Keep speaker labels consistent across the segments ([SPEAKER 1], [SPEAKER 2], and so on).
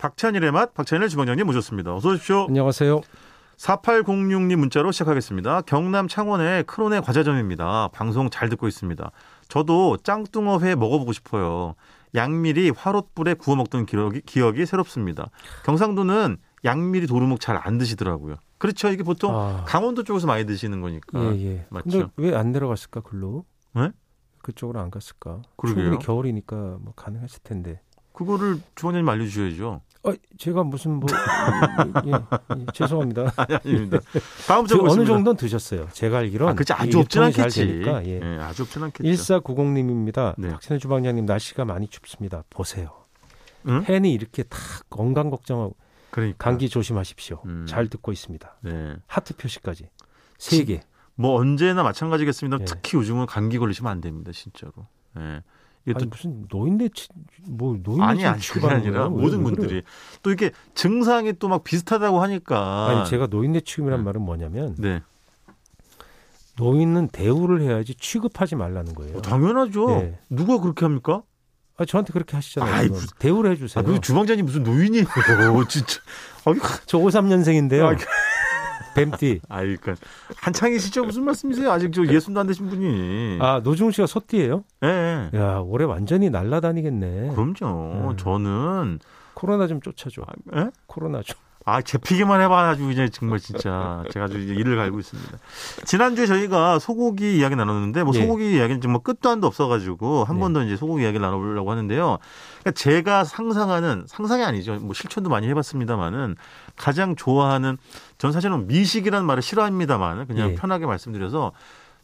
[SPEAKER 1] 박찬일의 맛, 박찬일 주방장님 모셨습니다. 어서 오십시오.
[SPEAKER 2] 네. 안녕하세요.
[SPEAKER 1] 4806님 문자로 시작하겠습니다. 경남 창원의 크론의 과자점입니다. 방송 잘 듣고 있습니다. 저도 짱뚱어회 먹어보고 싶어요. 양미리 화롯불에 구워 먹던 기억이, 기억이 새롭습니다. 경상도는 양미리 도루묵 잘 안 드시더라고요. 그렇죠. 이게 보통
[SPEAKER 2] 아.
[SPEAKER 1] 강원도 쪽에서 많이 드시는 거니까.
[SPEAKER 2] 예, 예.
[SPEAKER 1] 아, 맞죠?
[SPEAKER 2] 근데 왜 안 내려갔을까 글로?
[SPEAKER 1] 네?
[SPEAKER 2] 그쪽으로 안 갔을까?
[SPEAKER 1] 그러게요.
[SPEAKER 2] 충분히 겨울이니까 뭐 가능했을 텐데.
[SPEAKER 1] 그거를 주방장님 알려주셔야죠.
[SPEAKER 2] 아, 제가 무슨 뭐 예, 예, 죄송합니다.
[SPEAKER 1] 네, 아니, 아닙니다. 다음
[SPEAKER 2] 저
[SPEAKER 1] 주에
[SPEAKER 2] 그 어느
[SPEAKER 1] 보겠습니다.
[SPEAKER 2] 정도는 드셨어요. 제가 알기론.
[SPEAKER 1] 아, 그치
[SPEAKER 2] 이
[SPEAKER 1] 아주 없진
[SPEAKER 2] 유통이 잘
[SPEAKER 1] 않겠지.
[SPEAKER 2] 되니까, 예.
[SPEAKER 1] 예, 아주 없진 않겠죠.
[SPEAKER 2] 1490님입니다.
[SPEAKER 1] 네.
[SPEAKER 2] 박신혜 주방장님 날씨가 많이 춥습니다. 보세요.
[SPEAKER 1] 응?
[SPEAKER 2] 팬이 이렇게 다 건강 걱정하고
[SPEAKER 1] 그러니까.
[SPEAKER 2] 감기 조심하십시오.
[SPEAKER 1] 음.
[SPEAKER 2] 잘 듣고 있습니다.
[SPEAKER 1] 네.
[SPEAKER 2] 하트 표시까지 세 개.
[SPEAKER 1] 뭐 언제나 마찬가지겠습니다.
[SPEAKER 2] 예.
[SPEAKER 1] 특히 요즘은 감기 걸리시면 안 됩니다, 진짜로. 예. 이게
[SPEAKER 2] 아니
[SPEAKER 1] 또
[SPEAKER 2] 무슨 노인네 치- 뭐 노인네
[SPEAKER 1] 아니 아니
[SPEAKER 2] 집
[SPEAKER 1] 그게
[SPEAKER 2] 취급하는
[SPEAKER 1] 아니라
[SPEAKER 2] 거예요? 왜-
[SPEAKER 1] 모든
[SPEAKER 2] 왜 그래요?
[SPEAKER 1] 분들이 또 이게 증상이 또 막 비슷하다고 하니까
[SPEAKER 2] 아니 제가 노인네 취급이란
[SPEAKER 1] 음.
[SPEAKER 2] 말은 뭐냐면
[SPEAKER 1] 네
[SPEAKER 2] 노인은 대우를 해야지 취급하지 말라는 거예요.
[SPEAKER 1] 어, 당연하죠.
[SPEAKER 2] 예.
[SPEAKER 1] 누가 그렇게 합니까?
[SPEAKER 2] 아, 저한테 그렇게 하시잖아요.
[SPEAKER 1] 아이,
[SPEAKER 2] 그건.
[SPEAKER 1] 무슨-
[SPEAKER 2] 대우를 해주세요.
[SPEAKER 1] 아, 그 주방장님 무슨 노인이에요, 진짜. 아, 이거-
[SPEAKER 2] 저 53년생인데요.
[SPEAKER 1] 아,
[SPEAKER 2] 뱀띠.
[SPEAKER 1] 아, 그러니까 한창이시죠? 무슨 말씀이세요? 아직 저 예순도 안 되신 분이.
[SPEAKER 2] 네. 아 노중 씨가 소띠예요?
[SPEAKER 1] 예. 예.
[SPEAKER 2] 야 올해 완전히 날라다니겠네.
[SPEAKER 1] 그럼요.
[SPEAKER 2] 음.
[SPEAKER 1] 저는
[SPEAKER 2] 코로나 좀 쫓아줘.
[SPEAKER 1] 아, 예?
[SPEAKER 2] 코로나 좀.
[SPEAKER 1] 아, 제피기만 해봐가지고 이제 정말 진짜 제가 아주 이제 일을 갈고 있습니다. 지난주에 저희가 소고기 이야기 나눴는데 뭐
[SPEAKER 2] 예.
[SPEAKER 1] 소고기 이야기는 정말 끝도 한도 없어가지고 한
[SPEAKER 2] 네.
[SPEAKER 1] 번 더 이제 소고기 이야기를 나눠보려고 하는데요. 그러니까 제가 상상하는 상상이 아니죠. 뭐 실천도 많이 해봤습니다만은 가장 좋아하는 전 사실은 미식이라는 말을 싫어합니다만은 그냥
[SPEAKER 2] 예.
[SPEAKER 1] 편하게 말씀드려서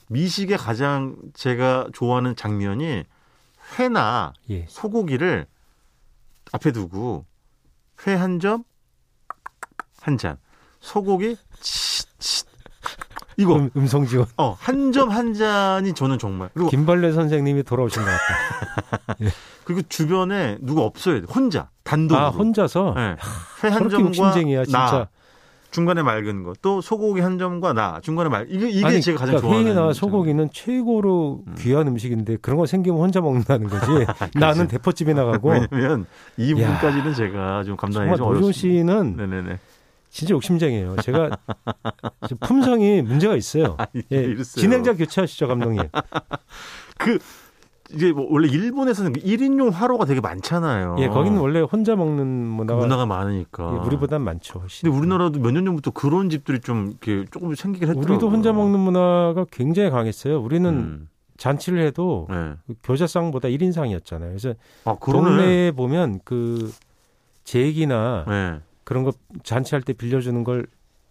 [SPEAKER 1] 미식의 가장 제가 좋아하는 장면이 회나
[SPEAKER 2] 예.
[SPEAKER 1] 소고기를 앞에 두고 회 한 점, 한 잔, 소고기 치, 치. 이거
[SPEAKER 2] 음, 음성 지원.
[SPEAKER 1] 어 한 점 한 잔이 저는 정말 그리고
[SPEAKER 2] 김발레 선생님이 돌아오신 것 같다.
[SPEAKER 1] 그리고 주변에 누가 없어야 돼 혼자 단독으로 예.
[SPEAKER 2] 아 혼자서
[SPEAKER 1] 회한
[SPEAKER 2] 저렇게
[SPEAKER 1] 점과
[SPEAKER 2] 욕심쟁이야
[SPEAKER 1] 나
[SPEAKER 2] 진짜.
[SPEAKER 1] 중간에 맑은 거 또 소고기 한 점과 나 중간에 말 이게 이게
[SPEAKER 2] 아니,
[SPEAKER 1] 제가 가장
[SPEAKER 2] 그러니까
[SPEAKER 1] 좋아하는
[SPEAKER 2] 회나
[SPEAKER 1] 점.
[SPEAKER 2] 소고기는 최고로
[SPEAKER 1] 음.
[SPEAKER 2] 귀한 음식인데 그런 거 생기면 혼자 먹는다는 거지. 나는 대포집에 나가고
[SPEAKER 1] 왜냐면 이 부분까지는 제가 좀 감당하기
[SPEAKER 2] 정말
[SPEAKER 1] 좀 네.
[SPEAKER 2] 노종
[SPEAKER 1] 어렵습니다.
[SPEAKER 2] 씨는
[SPEAKER 1] 네네네
[SPEAKER 2] 진짜 욕심쟁이에요. 제가 지금 품성이 문제가 있어요.
[SPEAKER 1] 아,
[SPEAKER 2] 예,
[SPEAKER 1] 이랬어요.
[SPEAKER 2] 진행자 교체하시죠 감독님.
[SPEAKER 1] 그 이게 뭐 원래 일본에서는 1인용 화로가 되게 많잖아요.
[SPEAKER 2] 예, 거기는 원래 혼자 먹는
[SPEAKER 1] 그
[SPEAKER 2] 문화가
[SPEAKER 1] 어. 문화가 많으니까.
[SPEAKER 2] 예, 우리보단 많죠. 훨씬.
[SPEAKER 1] 근데 우리나라도 몇 년 전부터 그런 집들이 좀 이렇게 조금 생기긴 했더라고요.
[SPEAKER 2] 우리도 혼자 먹는 문화가 굉장히 강했어요. 우리는
[SPEAKER 1] 어. 음,
[SPEAKER 2] 잔치를 해도
[SPEAKER 1] 네.
[SPEAKER 2] 그 교자상보다 1인상이었잖아요. 그래서
[SPEAKER 1] 아, 그러네.
[SPEAKER 2] 동네에 보면 그 제기나
[SPEAKER 1] 네.
[SPEAKER 2] 그런 거 잔치할 때 빌려주는 걸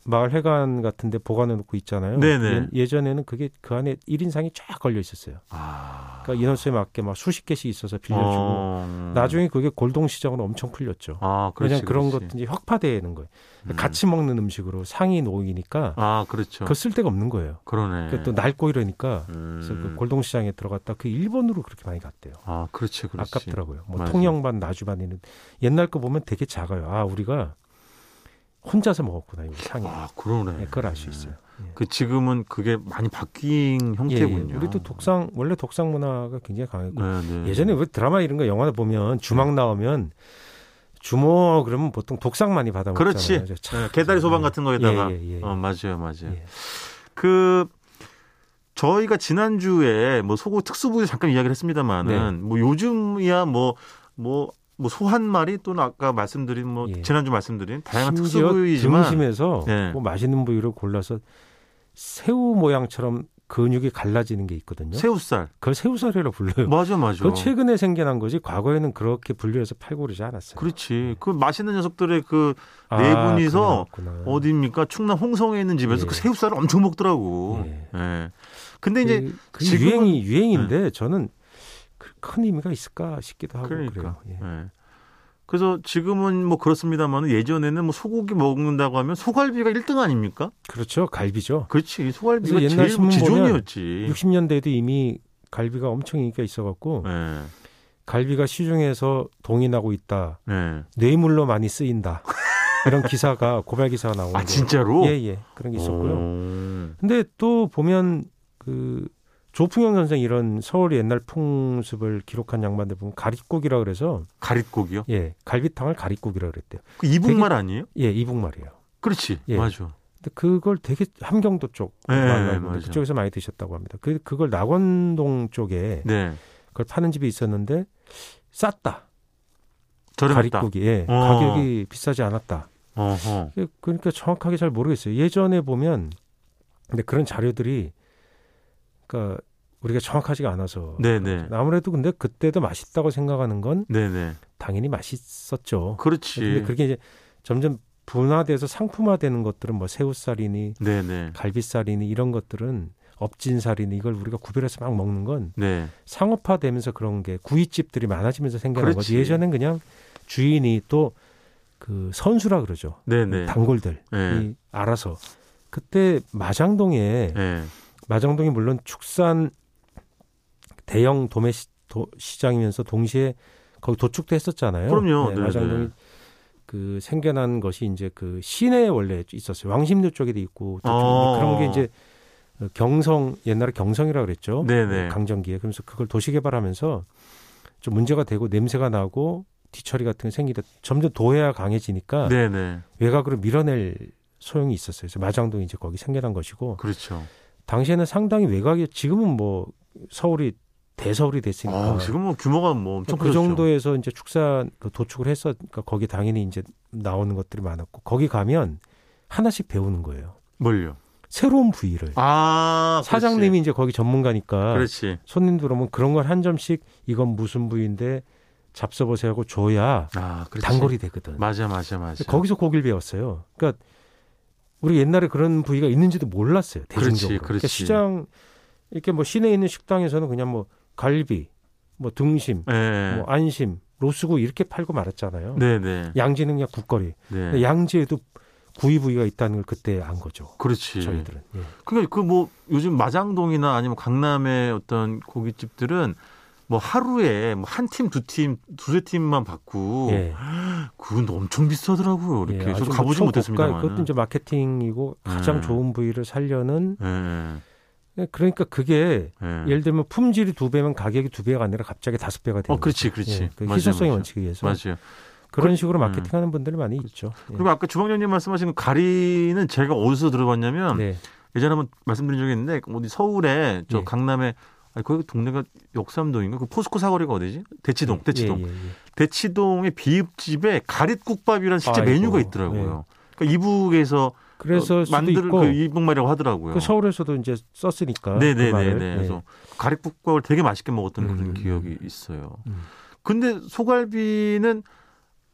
[SPEAKER 2] 마을 회관 같은 데 보관해 놓고 있잖아요.
[SPEAKER 1] 네네.
[SPEAKER 2] 예, 전에는 그게 그 안에 1인상이 쫙 걸려 있었어요.
[SPEAKER 1] 아.
[SPEAKER 2] 그러니까 인원수에 맞게 막 수십 개씩 있어서 빌려주고
[SPEAKER 1] 어.
[SPEAKER 2] 나중에 그게 골동 시장으로 엄청 풀렸죠.
[SPEAKER 1] 아, 그렇지.
[SPEAKER 2] 왜냐면 그런
[SPEAKER 1] 그렇지.
[SPEAKER 2] 것들이 확파되는 거예요.
[SPEAKER 1] 음.
[SPEAKER 2] 같이 먹는 음식으로 상이 놓이니까
[SPEAKER 1] 아, 그렇죠.
[SPEAKER 2] 그거 쓸데가 없는 거예요.
[SPEAKER 1] 그, 러네
[SPEAKER 2] 그러니까 또 낡고 이러니까
[SPEAKER 1] 음.
[SPEAKER 2] 그래서 그 골동 시장에 들어갔다 그 일본으로 그렇게 많이 갔대요.
[SPEAKER 1] 아, 그렇지, 그렇지.
[SPEAKER 2] 아깝더라고요. 뭐
[SPEAKER 1] 맞아요.
[SPEAKER 2] 통영반, 나주반이는 옛날 거 보면 되게 작아요. 아 우리가 혼자서 먹었구나 이거 상이.
[SPEAKER 1] 아, 그러네.
[SPEAKER 2] 네, 그걸 알 수 있어요. 예.
[SPEAKER 1] 그 지금은 그게 많이 바뀐
[SPEAKER 2] 예,
[SPEAKER 1] 형태군요.
[SPEAKER 2] 예. 우리도 독상 원래 독상 문화가 굉장히 강했고
[SPEAKER 1] 네, 네.
[SPEAKER 2] 예전에 왜 드라마 이런 거 영화나 보면 주막 나오면 주모 그러면 보통 독상 많이 받아 먹잖아요.
[SPEAKER 1] 그렇지. 네, 개다리 소방 같은 거에다가
[SPEAKER 2] 예, 예, 예.
[SPEAKER 1] 어, 맞아요, 맞아요.
[SPEAKER 2] 예.
[SPEAKER 1] 그 저희가 지난주에 뭐 소고 특수부에 잠깐 이야기를 했습니다만은
[SPEAKER 2] 네.
[SPEAKER 1] 뭐 요즘이야 뭐 뭐 뭐 소 한 마리 또는 아까 말씀드린 뭐
[SPEAKER 2] 예.
[SPEAKER 1] 지난주 말씀드린 다양한
[SPEAKER 2] 심지어
[SPEAKER 1] 특수부이지만
[SPEAKER 2] 등심에서
[SPEAKER 1] 예.
[SPEAKER 2] 뭐 맛있는 부위를 골라서 새우 모양처럼 근육이 갈라지는 게 있거든요.
[SPEAKER 1] 새우살
[SPEAKER 2] 그걸 새우살이라고 불러요.
[SPEAKER 1] 맞아 맞아
[SPEAKER 2] 뭐? 네. 그건 최근에 생겨난 거지 과거에는 그렇게 분류해서 팔고 그러지 않았어요.
[SPEAKER 1] 그렇지 그 맛있는 녀석들의 그
[SPEAKER 2] 아,
[SPEAKER 1] 네 분이서
[SPEAKER 2] 그게 나왔구나.
[SPEAKER 1] 어디입니까 충남 홍성에 있는 집에서
[SPEAKER 2] 예.
[SPEAKER 1] 그 새우살을 엄청 먹더라고 예.
[SPEAKER 2] 예.
[SPEAKER 1] 근데 이제
[SPEAKER 2] 그, 그
[SPEAKER 1] 지금은- 네.
[SPEAKER 2] 유행이 유행인데 저는 그, 큰 의미가 있을까 싶기도 하고 그
[SPEAKER 1] 그러니까.
[SPEAKER 2] 래요
[SPEAKER 1] 예. 그래서 지금은 뭐 그렇습니다만 예전에는 뭐 소고기 먹는다고 하면 소갈비가 1등 아닙니까?
[SPEAKER 2] 그렇죠. 갈비죠.
[SPEAKER 1] 그렇지. 소갈비가
[SPEAKER 2] 그래서 옛날
[SPEAKER 1] 제일
[SPEAKER 2] 신문
[SPEAKER 1] 지존이었지.
[SPEAKER 2] 60년대에도 이미 갈비가 엄청 인기가 있어갖고
[SPEAKER 1] 예.
[SPEAKER 2] 갈비가 시중에서 동인하고 있다.
[SPEAKER 1] 예.
[SPEAKER 2] 뇌물로 많이 쓰인다. 이런 기사가 고발 기사가 나오는
[SPEAKER 1] 아
[SPEAKER 2] 거예요.
[SPEAKER 1] 진짜로?
[SPEAKER 2] 예, 예. 그런 게 있었고요.
[SPEAKER 1] 오.
[SPEAKER 2] 근데 또 보면 그 조풍현 선생 이런 서울 옛날 풍습을 기록한 양반들 보면 가릿고기라 그래서
[SPEAKER 1] 가릿고기요?
[SPEAKER 2] 예 갈비탕을 가릿고기라 그랬대요.
[SPEAKER 1] 그 이북말 아니에요?
[SPEAKER 2] 예 이북말이에요.
[SPEAKER 1] 그렇지.
[SPEAKER 2] 예.
[SPEAKER 1] 맞아.
[SPEAKER 2] 근데 그걸 되게 함경도 쪽
[SPEAKER 1] 예,
[SPEAKER 2] 많이
[SPEAKER 1] 예,
[SPEAKER 2] 알고 있는데
[SPEAKER 1] 맞아요.
[SPEAKER 2] 그쪽에서 많이 드셨다고 합니다. 그 그걸 낙원동 쪽에
[SPEAKER 1] 네.
[SPEAKER 2] 그걸 파는 집이 있었는데 쌌다.
[SPEAKER 1] 저렴했다.
[SPEAKER 2] 가릿고기 예
[SPEAKER 1] 어.
[SPEAKER 2] 가격이 비싸지 않았다.
[SPEAKER 1] 어허.
[SPEAKER 2] 예, 그러니까 정확하게 잘 모르겠어요. 예전에 보면 근데 그런 자료들이 그러니까 우리가 정확하지가 않아서
[SPEAKER 1] 네네.
[SPEAKER 2] 아무래도 근데 그때도 맛있다고 생각하는 건
[SPEAKER 1] 네네. 당연히
[SPEAKER 2] 당연히 맛있었죠. 아, 근데
[SPEAKER 1] 그렇지.
[SPEAKER 2] 그게 이제 점점 분화돼서 상품화되는 것들은 뭐 새우살이니
[SPEAKER 1] 네네.
[SPEAKER 2] 갈비살이니 이런 것들은 업진살이니 이걸 우리가 구별해서 막 먹는 건
[SPEAKER 1] 네.
[SPEAKER 2] 상업화되면서 그런 게 구이집들이 많아지면서 생겨난
[SPEAKER 1] 그렇지.
[SPEAKER 2] 거지. 예전엔 그냥 주인이 또 그 선수라 그러죠.
[SPEAKER 1] 네네.
[SPEAKER 2] 단골들.
[SPEAKER 1] 예.
[SPEAKER 2] 이 알아서 그때 마장동에
[SPEAKER 1] 예.
[SPEAKER 2] 마장동이 물론 축산 대형 도매 시, 장이면서 동시에 거기 도축도 했었잖아요.
[SPEAKER 1] 그럼요.
[SPEAKER 2] 네,
[SPEAKER 1] 네네.
[SPEAKER 2] 마장동이 그 생겨난 것이 이제 그 시내에 원래 있었어요. 왕십리 쪽에도 있고 도축
[SPEAKER 1] 어.
[SPEAKER 2] 그런 게 이제 경성 옛날에 경성이라 그랬죠.
[SPEAKER 1] 네네.
[SPEAKER 2] 강정기에 그래서 그걸 도시 개발하면서 좀 문제가 되고 냄새가 나고 뒤처리 같은 게 생기다 점점 도해가 강해지니까
[SPEAKER 1] 네네.
[SPEAKER 2] 외곽으로 밀어낼 소용이 있었어요. 그래서 마장동이 이제 거기 생겨난 것이고
[SPEAKER 1] 그렇죠.
[SPEAKER 2] 당시에는 상당히 외곽이 지금은 뭐 서울이 대서울이 됐으니까
[SPEAKER 1] 아, 지금 뭐 규모가 뭐 엄청
[SPEAKER 2] 그
[SPEAKER 1] 커졌죠.
[SPEAKER 2] 정도에서 이제 축산 그 도축을 했었니까 거기 당연히 이제 나오는 것들이 많았고 거기 가면 하나씩 배우는 거예요.
[SPEAKER 1] 뭘요?
[SPEAKER 2] 새로운 부위를
[SPEAKER 1] 아, 그렇지.
[SPEAKER 2] 사장님이 이제 거기 전문가니까
[SPEAKER 1] 그렇지.
[SPEAKER 2] 손님들 오면 그런 걸 한 점씩 이건 무슨 부위인데 잡숴보세요 하고 줘야
[SPEAKER 1] 아, 그렇지.
[SPEAKER 2] 단골이 되거든.
[SPEAKER 1] 맞아, 맞아, 맞아.
[SPEAKER 2] 거기서 고기를 배웠어요. 그러니까 우리 옛날에 그런 부위가 있는지도 몰랐어요. 대중적으로.
[SPEAKER 1] 그렇지,
[SPEAKER 2] 러니까
[SPEAKER 1] 그렇지.
[SPEAKER 2] 시장 이렇게 뭐 시내에 있는 식당에서는 그냥 뭐 갈비, 뭐 등심,
[SPEAKER 1] 예.
[SPEAKER 2] 뭐 안심, 로스구 이렇게 팔고 말았잖아요.
[SPEAKER 1] 네네.
[SPEAKER 2] 양지는 그냥 국거리.
[SPEAKER 1] 네.
[SPEAKER 2] 근데 양지에도 구이 부위가 있다는 걸 그때 안 거죠.
[SPEAKER 1] 그렇지.
[SPEAKER 2] 저희들은. 예.
[SPEAKER 1] 그러니까 그 뭐 요즘 마장동이나 아니면 강남의 어떤 고깃집들은 뭐 하루에 뭐 한 팀, 두 팀, 두세 팀만 받고
[SPEAKER 2] 예.
[SPEAKER 1] 그건 엄청 비싸더라고요. 뭐 이렇게
[SPEAKER 2] 예, 아주
[SPEAKER 1] 저도 가보지
[SPEAKER 2] 초고가,
[SPEAKER 1] 못했습니다만.
[SPEAKER 2] 그것도 이제 마케팅이고 가장
[SPEAKER 1] 예.
[SPEAKER 2] 좋은 부위를 살려는
[SPEAKER 1] 예,
[SPEAKER 2] 그러니까 그게
[SPEAKER 1] 예.
[SPEAKER 2] 예를 들면 품질이 두 배면 가격이 두 배가 아니라 갑자기 다섯 배가 되는
[SPEAKER 1] 어, 그렇지, 그렇지.
[SPEAKER 2] 예, 그
[SPEAKER 1] 맞아요,
[SPEAKER 2] 희소성의
[SPEAKER 1] 맞아요.
[SPEAKER 2] 원칙에 의해서
[SPEAKER 1] 맞아요.
[SPEAKER 2] 그런
[SPEAKER 1] 그-
[SPEAKER 2] 식으로 마케팅하는 분들이 많이 있죠. 예.
[SPEAKER 1] 그리고 아까 주방장님 말씀하신 그 가리는 제가 어디서 들어봤냐면
[SPEAKER 2] 네.
[SPEAKER 1] 예전에 한번 말씀드린 적이 있는데 어디 서울에 저
[SPEAKER 2] 예.
[SPEAKER 1] 강남에 아니 거기 동네가 역삼동인가 그 포스코 사거리가 어디지? 대치동, 어, 대치동.
[SPEAKER 2] 예, 예, 예.
[SPEAKER 1] 대치동의 비읍집에 가릿국밥이라는 실제
[SPEAKER 2] 아이고, 네.
[SPEAKER 1] 메뉴가 있더라고요. 그러니까 이북에서
[SPEAKER 2] 그래서
[SPEAKER 1] 어,
[SPEAKER 2] 수도
[SPEAKER 1] 만들
[SPEAKER 2] 있고
[SPEAKER 1] 그 이북말이라고 하더라고요.
[SPEAKER 2] 그 서울에서도 이제 썼으니까
[SPEAKER 1] 네네네네.
[SPEAKER 2] 그 말을. 예.
[SPEAKER 1] 그래서 가릿국밥을 되게 맛있게 먹었던
[SPEAKER 2] 음.
[SPEAKER 1] 그런 기억이 있어요.
[SPEAKER 2] 음.
[SPEAKER 1] 근데 소갈비는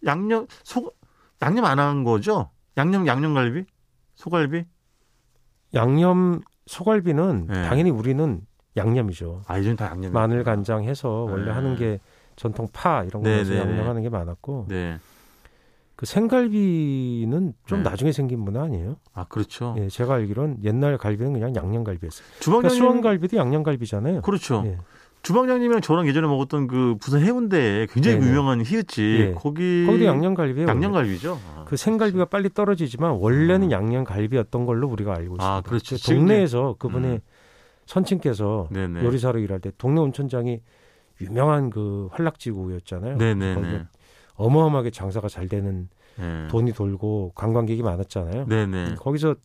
[SPEAKER 1] 양념 소 양념 안 한 거죠? 양념 양념갈비? 소갈비?
[SPEAKER 2] 양념 소갈비는
[SPEAKER 1] 예.
[SPEAKER 2] 당연히 우리는 양념이죠.
[SPEAKER 1] 아 이젠 다 양념.
[SPEAKER 2] 마늘 간장 해서 원래
[SPEAKER 1] 예.
[SPEAKER 2] 하는 게 전통 파 이런
[SPEAKER 1] 네,
[SPEAKER 2] 거에서
[SPEAKER 1] 네,
[SPEAKER 2] 양념하는 게 많았고
[SPEAKER 1] 네.
[SPEAKER 2] 그 생갈비는 좀
[SPEAKER 1] 네.
[SPEAKER 2] 나중에 생긴 문화 아니에요?
[SPEAKER 1] 아 그렇죠.
[SPEAKER 2] 예, 제가 알기로는 옛날 갈비는 그냥 양념갈비였어요. 그러니까
[SPEAKER 1] 주방장님
[SPEAKER 2] 수원갈비도 양념갈비잖아요.
[SPEAKER 1] 그렇죠.
[SPEAKER 2] 예.
[SPEAKER 1] 주방장님이랑 저랑 예전에 먹었던 그 부산 해운대에 굉장히
[SPEAKER 2] 네네.
[SPEAKER 1] 유명한 히읗집
[SPEAKER 2] 예.
[SPEAKER 1] 거기
[SPEAKER 2] 거기도 양념갈비예요. 원래.
[SPEAKER 1] 양념갈비죠. 아,
[SPEAKER 2] 그 생갈비가 빨리 떨어지지만 원래는
[SPEAKER 1] 음.
[SPEAKER 2] 양념갈비였던 걸로 우리가 알고 있습니다.
[SPEAKER 1] 아, 그렇죠.
[SPEAKER 2] 그 동네에서 그분의
[SPEAKER 1] 음.
[SPEAKER 2] 선친께서
[SPEAKER 1] 네네.
[SPEAKER 2] 요리사로 일할 때 동네 온천장이 유명한 그 한락지구였잖아요.
[SPEAKER 1] 네네네.
[SPEAKER 2] 거기가 어마어마하게 장사가 잘 되는
[SPEAKER 1] 예.
[SPEAKER 2] 돈이 돌고 관광객이 많았잖아요.
[SPEAKER 1] 네네.
[SPEAKER 2] 거기서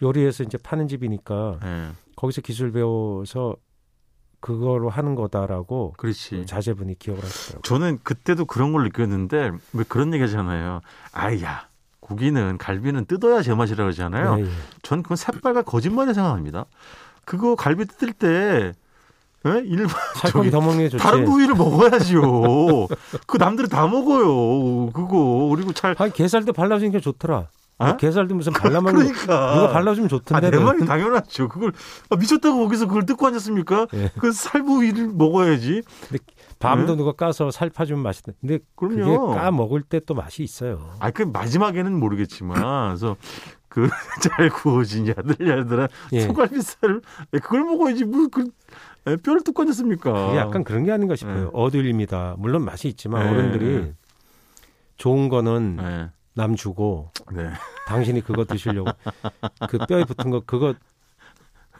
[SPEAKER 2] 요리해서 이제 파는 집이니까
[SPEAKER 1] 예.
[SPEAKER 2] 거기서 기술 배워서 그거로 하는 거다라고
[SPEAKER 1] 그렇지.
[SPEAKER 2] 자제분이 기억을 하시더라고요.
[SPEAKER 1] 저는 그때도 그런 걸 느꼈는데 왜 그런 얘기하잖아요. 아야 고기는 갈비는 뜯어야 제맛이라 그러잖아요.
[SPEAKER 2] 예, 예.
[SPEAKER 1] 전 그건 새빨간 거짓말이라 생각합니다. 그거 갈비 뜯을 때 예? 일반
[SPEAKER 2] 살코기
[SPEAKER 1] 저기
[SPEAKER 2] 더 먹는 게 좋지.
[SPEAKER 1] 다른 부위를 먹어야지요. 그 남들은 다 먹어요. 그거 그리고 잘
[SPEAKER 2] 아니 게살도 발라주는 게 좋더라.
[SPEAKER 1] 아?
[SPEAKER 2] 게살도 무슨 발라먹는
[SPEAKER 1] 그러니까
[SPEAKER 2] 누가 발라주면 좋던데.
[SPEAKER 1] 아, 내 말이 당연하죠. 그걸 아, 미쳤다고 거기서 그걸 뜯고 앉았습니까?
[SPEAKER 2] 예.
[SPEAKER 1] 그 살부위를 먹어야지.
[SPEAKER 2] 밤도 누가 까서 살 파주면 맛있다. 근데 그게
[SPEAKER 1] 그럼요.
[SPEAKER 2] 까 먹을 때 또 맛이 있어요.
[SPEAKER 1] 아, 그 마지막에는 모르겠지만, 그래서 그 잘 구워진 야들 야들한
[SPEAKER 2] 예.
[SPEAKER 1] 소갈비살을 예, 그걸 먹어야지 뭐그 예, 뼈를 뜯고 앉았습니까?
[SPEAKER 2] 그게 약간 그런 게 아닌가 싶어요.
[SPEAKER 1] 예.
[SPEAKER 2] 어들입니다. 물론 맛이 있지만
[SPEAKER 1] 예.
[SPEAKER 2] 어른들이 좋은 거는
[SPEAKER 1] 네.
[SPEAKER 2] 남 주고
[SPEAKER 1] 네.
[SPEAKER 2] 당신이 그거 드시려고 그 뼈에 붙은 거 그거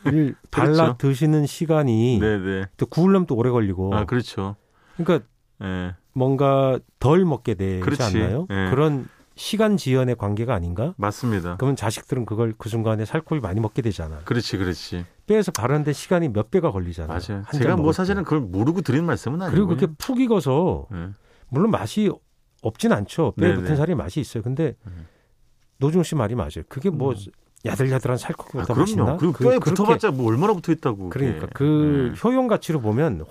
[SPEAKER 2] 일 발라
[SPEAKER 1] 그렇죠.
[SPEAKER 2] 드시는 시간이 뭐
[SPEAKER 1] 네네.
[SPEAKER 2] 또 구우려면 또 오래 걸리고.
[SPEAKER 1] 아 그렇죠.
[SPEAKER 2] 그러니까
[SPEAKER 1] 예.
[SPEAKER 2] 뭔가 덜 먹게 되지
[SPEAKER 1] 그렇지.
[SPEAKER 2] 않나요?
[SPEAKER 1] 예.
[SPEAKER 2] 그런 시간 지연의 관계가 아닌가?
[SPEAKER 1] 맞습니다.
[SPEAKER 2] 그러면 자식들은 그걸 그 순간에 살코기 많이 먹게 되잖아.
[SPEAKER 1] 그렇지, 그렇지.
[SPEAKER 2] 뼈에서 바르는데 시간이 몇 배가 걸리잖아.
[SPEAKER 1] 맞아요.
[SPEAKER 2] 한잔
[SPEAKER 1] 제가 뭐
[SPEAKER 2] 먹을 때.
[SPEAKER 1] 사실은 그걸 모르고 드린 말씀은 예. 아, 아니고.
[SPEAKER 2] 그리고 그렇게 푹 익어서 물론 맛이 없진 않죠. 뼈에
[SPEAKER 1] 네네.
[SPEAKER 2] 붙은 살이 맛이 있어요. 근데
[SPEAKER 1] 음.
[SPEAKER 2] 노중 씨 말이 맞아요. 그게 뭐
[SPEAKER 1] 음. 아,
[SPEAKER 2] 야들야들한 살코기가 더 맛있나?
[SPEAKER 1] 그럼요. 그리고 뼈에
[SPEAKER 2] 그렇게-
[SPEAKER 1] 붙어봤자 뭐 얼마나 붙어 있다고. 예.
[SPEAKER 2] 그러니까 그 효용 가치로 보면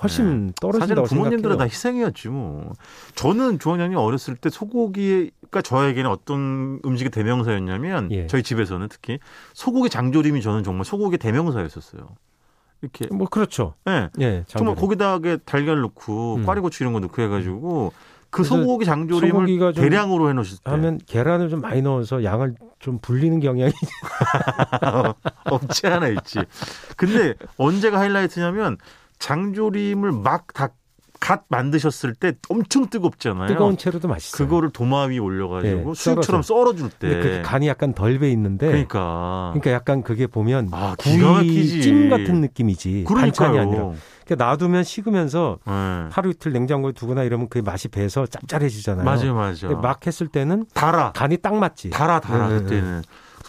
[SPEAKER 1] 사실은
[SPEAKER 2] 훨씬 떨어진다고
[SPEAKER 1] 부모님들은 다
[SPEAKER 2] 생각해요.
[SPEAKER 1] 희생이었지 뭐. 저는 조원장님 어렸을 때 소고기가 저에게는 어떤 음식의 대명사였냐면
[SPEAKER 2] 예.
[SPEAKER 1] 저희 집에서는 특히 소고기 장조림이 저는 정말 소고기 대명사였었어요. 이렇게
[SPEAKER 2] 뭐 그렇죠.
[SPEAKER 1] 예.
[SPEAKER 2] 예,
[SPEAKER 1] 정말
[SPEAKER 2] 장조림.
[SPEAKER 1] 고기다가 달걀 넣고
[SPEAKER 2] 음.
[SPEAKER 1] 꽈리고추 이런 거 넣고 해가지고 그
[SPEAKER 2] 그래서
[SPEAKER 1] 소고기 장조림을
[SPEAKER 2] 소고기가 좀
[SPEAKER 1] 대량으로 네. 해놓으실 때
[SPEAKER 2] 하면 계란을 좀 많이 넣어서 양을 좀 불리는 경향이
[SPEAKER 1] 없지 않아 있지. 근데 언제가 그 하이라이트냐면 장조림을 막갓 만드셨을 때 엄청 뜨겁잖아요.
[SPEAKER 2] 뜨거운 채로도 맛있어요.
[SPEAKER 1] 그거를 도마 위에 올려가지고
[SPEAKER 2] 네,
[SPEAKER 1] 수육처럼 썰어줄
[SPEAKER 2] 근데 그
[SPEAKER 1] 때.
[SPEAKER 2] 간이 약간 덜 배 있는데 그러니까,
[SPEAKER 1] 그러니까.
[SPEAKER 2] 약간 그게 보면
[SPEAKER 1] 아, 기가 막히지.
[SPEAKER 2] 구이 찜 같은 느낌이지 반찬이 아니라
[SPEAKER 1] 그러니까요.
[SPEAKER 2] 그러니까 놔두면 식으면서
[SPEAKER 1] 예.
[SPEAKER 2] 하루 이틀 냉장고에 두거나 이러면 그 맛이 배서 짭짤해지잖아요.
[SPEAKER 1] 맞아요, 맞아요.
[SPEAKER 2] 근데 막 했을 때는
[SPEAKER 1] 달아.
[SPEAKER 2] 간이 딱 맞지.
[SPEAKER 1] 달아 달아
[SPEAKER 2] 네, 네,
[SPEAKER 1] 그때는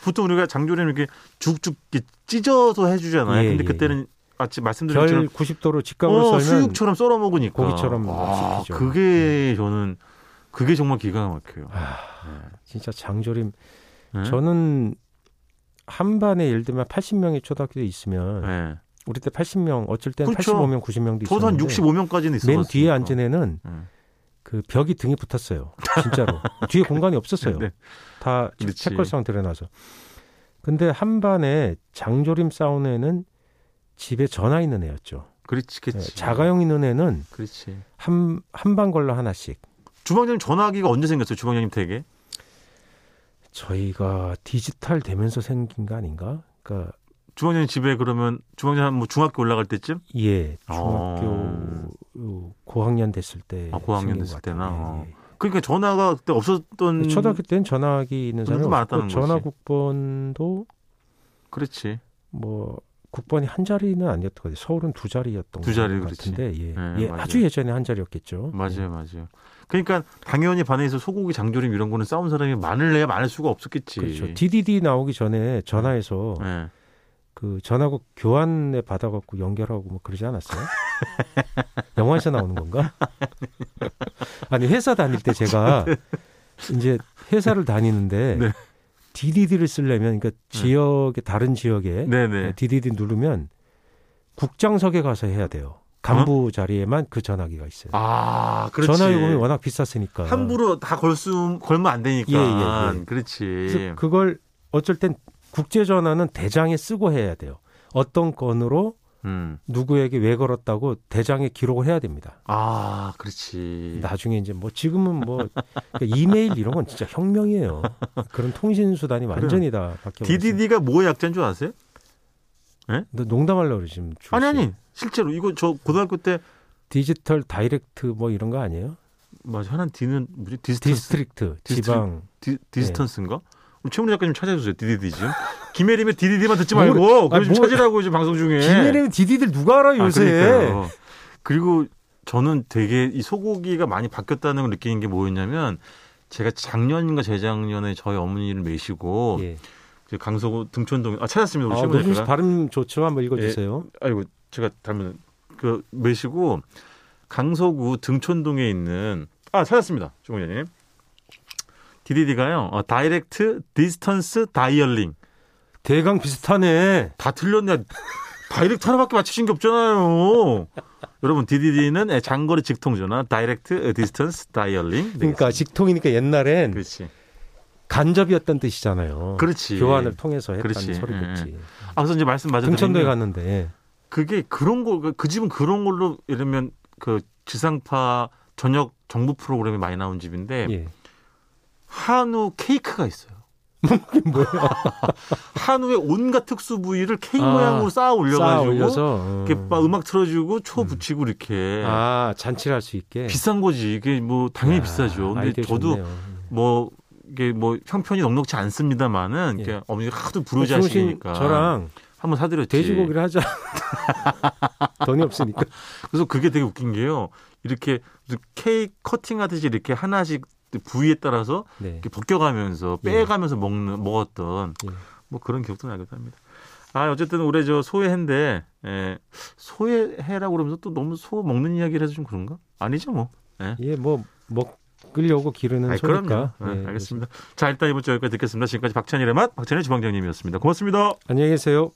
[SPEAKER 1] 보통 우리가 장조림 이렇게 죽죽 이렇게 찢어서 해주잖아요.
[SPEAKER 2] 예,
[SPEAKER 1] 근데
[SPEAKER 2] 예,
[SPEAKER 1] 그때는 마치 말씀드린
[SPEAKER 2] 결
[SPEAKER 1] 것처럼
[SPEAKER 2] 90도로 직각으로
[SPEAKER 1] 어,
[SPEAKER 2] 썰면
[SPEAKER 1] 수육처럼 썰어 먹으니까
[SPEAKER 2] 고기처럼 네.
[SPEAKER 1] 아,
[SPEAKER 2] 씹히죠.
[SPEAKER 1] 그게 저는 그게 정말 기가 막혀요.
[SPEAKER 2] 아, 진짜 장조림.
[SPEAKER 1] 네?
[SPEAKER 2] 저는 한반에 예를 들면 80명이 초등학교에 있으면
[SPEAKER 1] 네.
[SPEAKER 2] 우리 때 80명, 어쩔 때는
[SPEAKER 1] 그렇죠.
[SPEAKER 2] 85명, 90명도
[SPEAKER 1] 도한
[SPEAKER 2] 있었는데
[SPEAKER 1] 65명까지는 있었어요.
[SPEAKER 2] 맨 뒤에 앉은 애는
[SPEAKER 1] 네.
[SPEAKER 2] 그 벽이 등에 붙었어요. 진짜로. 뒤에 공간이 없었어요.
[SPEAKER 1] 네.
[SPEAKER 2] 다
[SPEAKER 1] 그렇지.
[SPEAKER 2] 책걸상 들여놔서. 근데 한반에 장조림 싸운 애는 집에 전화 있는 애였죠.
[SPEAKER 1] 그렇지,
[SPEAKER 2] 네,
[SPEAKER 1] 그렇지.
[SPEAKER 2] 자가용 있는 애는
[SPEAKER 1] 그렇지.
[SPEAKER 2] 한 한방 걸러 하나씩.
[SPEAKER 1] 주방장님 전화기가 언제 생겼어요? 주방장님 댁에?
[SPEAKER 2] 저희가 디지털 되면서 생긴 거 아닌가? 그러니까
[SPEAKER 1] 주방장님 집에 그러면 주방장 한뭐 중학교 올라갈 때쯤?
[SPEAKER 2] 예 중학교 어, 고학년 됐을 때
[SPEAKER 1] 아, 고학년
[SPEAKER 2] 생긴
[SPEAKER 1] 됐을
[SPEAKER 2] 것 같아요.
[SPEAKER 1] 때나,
[SPEAKER 2] 예, 예.
[SPEAKER 1] 그러니까 전화가 그때 없었던
[SPEAKER 2] 네, 초등학교 때는 전화기 있는 사람이
[SPEAKER 1] 분도 많았다는
[SPEAKER 2] 없고
[SPEAKER 1] 거지.
[SPEAKER 2] 전화국번도
[SPEAKER 1] 그렇지.
[SPEAKER 2] 뭐 국번이 한 자리는 아니었던 것 같아요. 서울은 두 자리였던
[SPEAKER 1] 두
[SPEAKER 2] 것
[SPEAKER 1] 자리, 그렇지.
[SPEAKER 2] 같은데 예,
[SPEAKER 1] 예,
[SPEAKER 2] 예,
[SPEAKER 1] 맞아요.
[SPEAKER 2] 아주 예전에 한 자리였겠죠. 예.
[SPEAKER 1] 맞아요, 맞아요. 그러니까 당연히 반에서 소고기 장조림 이런 거는 싸운 사람이 많을 래야 많을 수가 없었겠지. 네.
[SPEAKER 2] 그렇죠. DDD 나오기 전에 전화해서
[SPEAKER 1] 예.
[SPEAKER 2] 그 전화국 교환에 받아갖고 연결하고 뭐 그러지 않았어요? 영화에서 나오는 건가? 아니 회사 다닐 때 제가 이제 회사를 다니는데
[SPEAKER 1] 네.
[SPEAKER 2] DDD를 쓰려면 그러니까 지역의 다른 지역에
[SPEAKER 1] 네네.
[SPEAKER 2] DDD 누르면 국장석에 가서 해야 돼요. 간부 자리에만 그 전화기가 있어요.
[SPEAKER 1] 어? 아, 그렇지.
[SPEAKER 2] 전화 요금이 워낙 비쌌으니까.
[SPEAKER 1] 함부로 다 걸수 걸면 안 되니까.
[SPEAKER 2] 예, 예, 예.
[SPEAKER 1] 그렇지.
[SPEAKER 2] 그래서 그걸 어쩔 땐 국제 전화는 대장에 쓰고 해야 돼요. 어떤 건으로
[SPEAKER 1] 음.
[SPEAKER 2] 누구에게 왜 걸었다고 대장에 기록을 해야 됩니다.
[SPEAKER 1] 아, 그렇지.
[SPEAKER 2] 나중에 이제 뭐 지금은 뭐 그러니까 이메일 이런 건 진짜 혁명이에요. 그런 통신 수단이 완전히 다 바뀌어.
[SPEAKER 1] DDD가 뭐의 약자인 줄 아세요?
[SPEAKER 2] 너 농담하려고 그래 지금. 주호
[SPEAKER 1] 아니
[SPEAKER 2] 씨.
[SPEAKER 1] 아니. 실제로 이거 저 고등학교 때
[SPEAKER 2] 디지털 다이렉트 뭐 이런 거 아니에요?
[SPEAKER 1] 맞아. 하나는 D는 뭐지? 디스턴스
[SPEAKER 2] 디스트릭트, 지방.
[SPEAKER 1] 디,
[SPEAKER 2] 네.
[SPEAKER 1] 디스턴스인가? 우리 최문희 작가님 찾아주세요. DDD 지금. 김혜림의 DDD만 듣지 말고
[SPEAKER 2] 뭘-
[SPEAKER 1] 그걸 좀
[SPEAKER 2] 아니, 뭘-
[SPEAKER 1] 찾으라고 지금 방송 중에.
[SPEAKER 2] 뭐, 김혜림 디디들 누가 알아
[SPEAKER 1] 예. 아,
[SPEAKER 2] 요새?
[SPEAKER 1] 그러니까요. 그리고 저는 되게 이 소고기가 많이 바뀌었다는 걸 느끼는 게 뭐였냐면 제가 작년인가 재작년에 저희 어머니를 메시고
[SPEAKER 2] 예.
[SPEAKER 1] 이제 강서구 등촌동 아 찾았습니다. 우리
[SPEAKER 2] 아,
[SPEAKER 1] 시부모
[SPEAKER 2] 노준 씨
[SPEAKER 1] 제가
[SPEAKER 2] 발음 좋죠. 한번 읽어주세요.
[SPEAKER 1] 아이고 제가 닮은 그 메시고 강서구 등촌동에 있는 아 찾았습니다. 주모님 DDD가요. 어, 다이렉트 디스턴스 다이얼링
[SPEAKER 2] 대강 비슷하네.
[SPEAKER 1] 다 틀렸냐? 다이렉트 하나밖에 맞추신 게 없잖아요. 여러분 DDD는 장거리 직통전화 다이렉트 디스턴스 다이얼링 네,
[SPEAKER 2] 그러니까 직통이니까 옛날엔
[SPEAKER 1] 그렇지.
[SPEAKER 2] 간접이었던 뜻이잖아요.
[SPEAKER 1] 그렇지.
[SPEAKER 2] 어, 교환을 통해서 했다는
[SPEAKER 1] 그렇지. 예,
[SPEAKER 2] 소리겠지.
[SPEAKER 1] 아, 그래서 이제 말씀 맞아
[SPEAKER 2] 등천도에 갔는데
[SPEAKER 1] 그게 그런 거, 그 집은 그런 걸로, 예를 들면 그 지상파 저녁 정부 프로그램이 많이 나온 집인데
[SPEAKER 2] 예.
[SPEAKER 1] 한우 케이크가 있어요.
[SPEAKER 2] 뭐야?
[SPEAKER 1] 아, 한우의 온갖 특수 부위를 케이크
[SPEAKER 2] 아,
[SPEAKER 1] 모양으로 쌓아
[SPEAKER 2] 쌓아
[SPEAKER 1] 올려가지고
[SPEAKER 2] 올려서 음.
[SPEAKER 1] 이렇게 막 음악 틀어주고 초 붙이고 이렇게
[SPEAKER 2] 아 잔치를 할 수 있게
[SPEAKER 1] 비싼 거지. 이게 뭐 당연히
[SPEAKER 2] 야,
[SPEAKER 1] 비싸죠. 근데
[SPEAKER 2] 아이디어
[SPEAKER 1] 저도
[SPEAKER 2] 좋네요.
[SPEAKER 1] 뭐 이게 뭐 형편이 넉넉치 않습니다만은
[SPEAKER 2] 예.
[SPEAKER 1] 어머니가 하도
[SPEAKER 2] 어,
[SPEAKER 1] 부르지
[SPEAKER 2] 주호 씨
[SPEAKER 1] 하시니까
[SPEAKER 2] 저랑
[SPEAKER 1] 한번 사드렸지.
[SPEAKER 2] 돼지고기를 하자. 돈이 없으니까.
[SPEAKER 1] 그래서 그게 되게 웃긴 게요. 이렇게 무슨 케이크 커팅 하듯이 이렇게 하나씩 부위에 따라서
[SPEAKER 2] 네.
[SPEAKER 1] 이렇게 벗겨가면서
[SPEAKER 2] 예.
[SPEAKER 1] 빼가면서 먹는 먹었던
[SPEAKER 2] 예.
[SPEAKER 1] 뭐 그런 기억도 나기도 합니다. 아 어쨌든 올해 저 소해인데 예, 소해해라고 그러면서 또 너무 소 먹는 이야기를 해서 좀 그런가? 아니죠 뭐.
[SPEAKER 2] 예, 뭐 먹으려고 기르는
[SPEAKER 1] 아이, 그럼요.
[SPEAKER 2] 소니까.
[SPEAKER 1] 예,
[SPEAKER 2] 네, 예,
[SPEAKER 1] 알겠습니다. 자 일단 이번 주 여기까지 듣겠습니다. 지금까지 박찬일의 맛 박찬일 주방장님이었습니다. 고맙습니다.
[SPEAKER 2] 안녕히 계세요.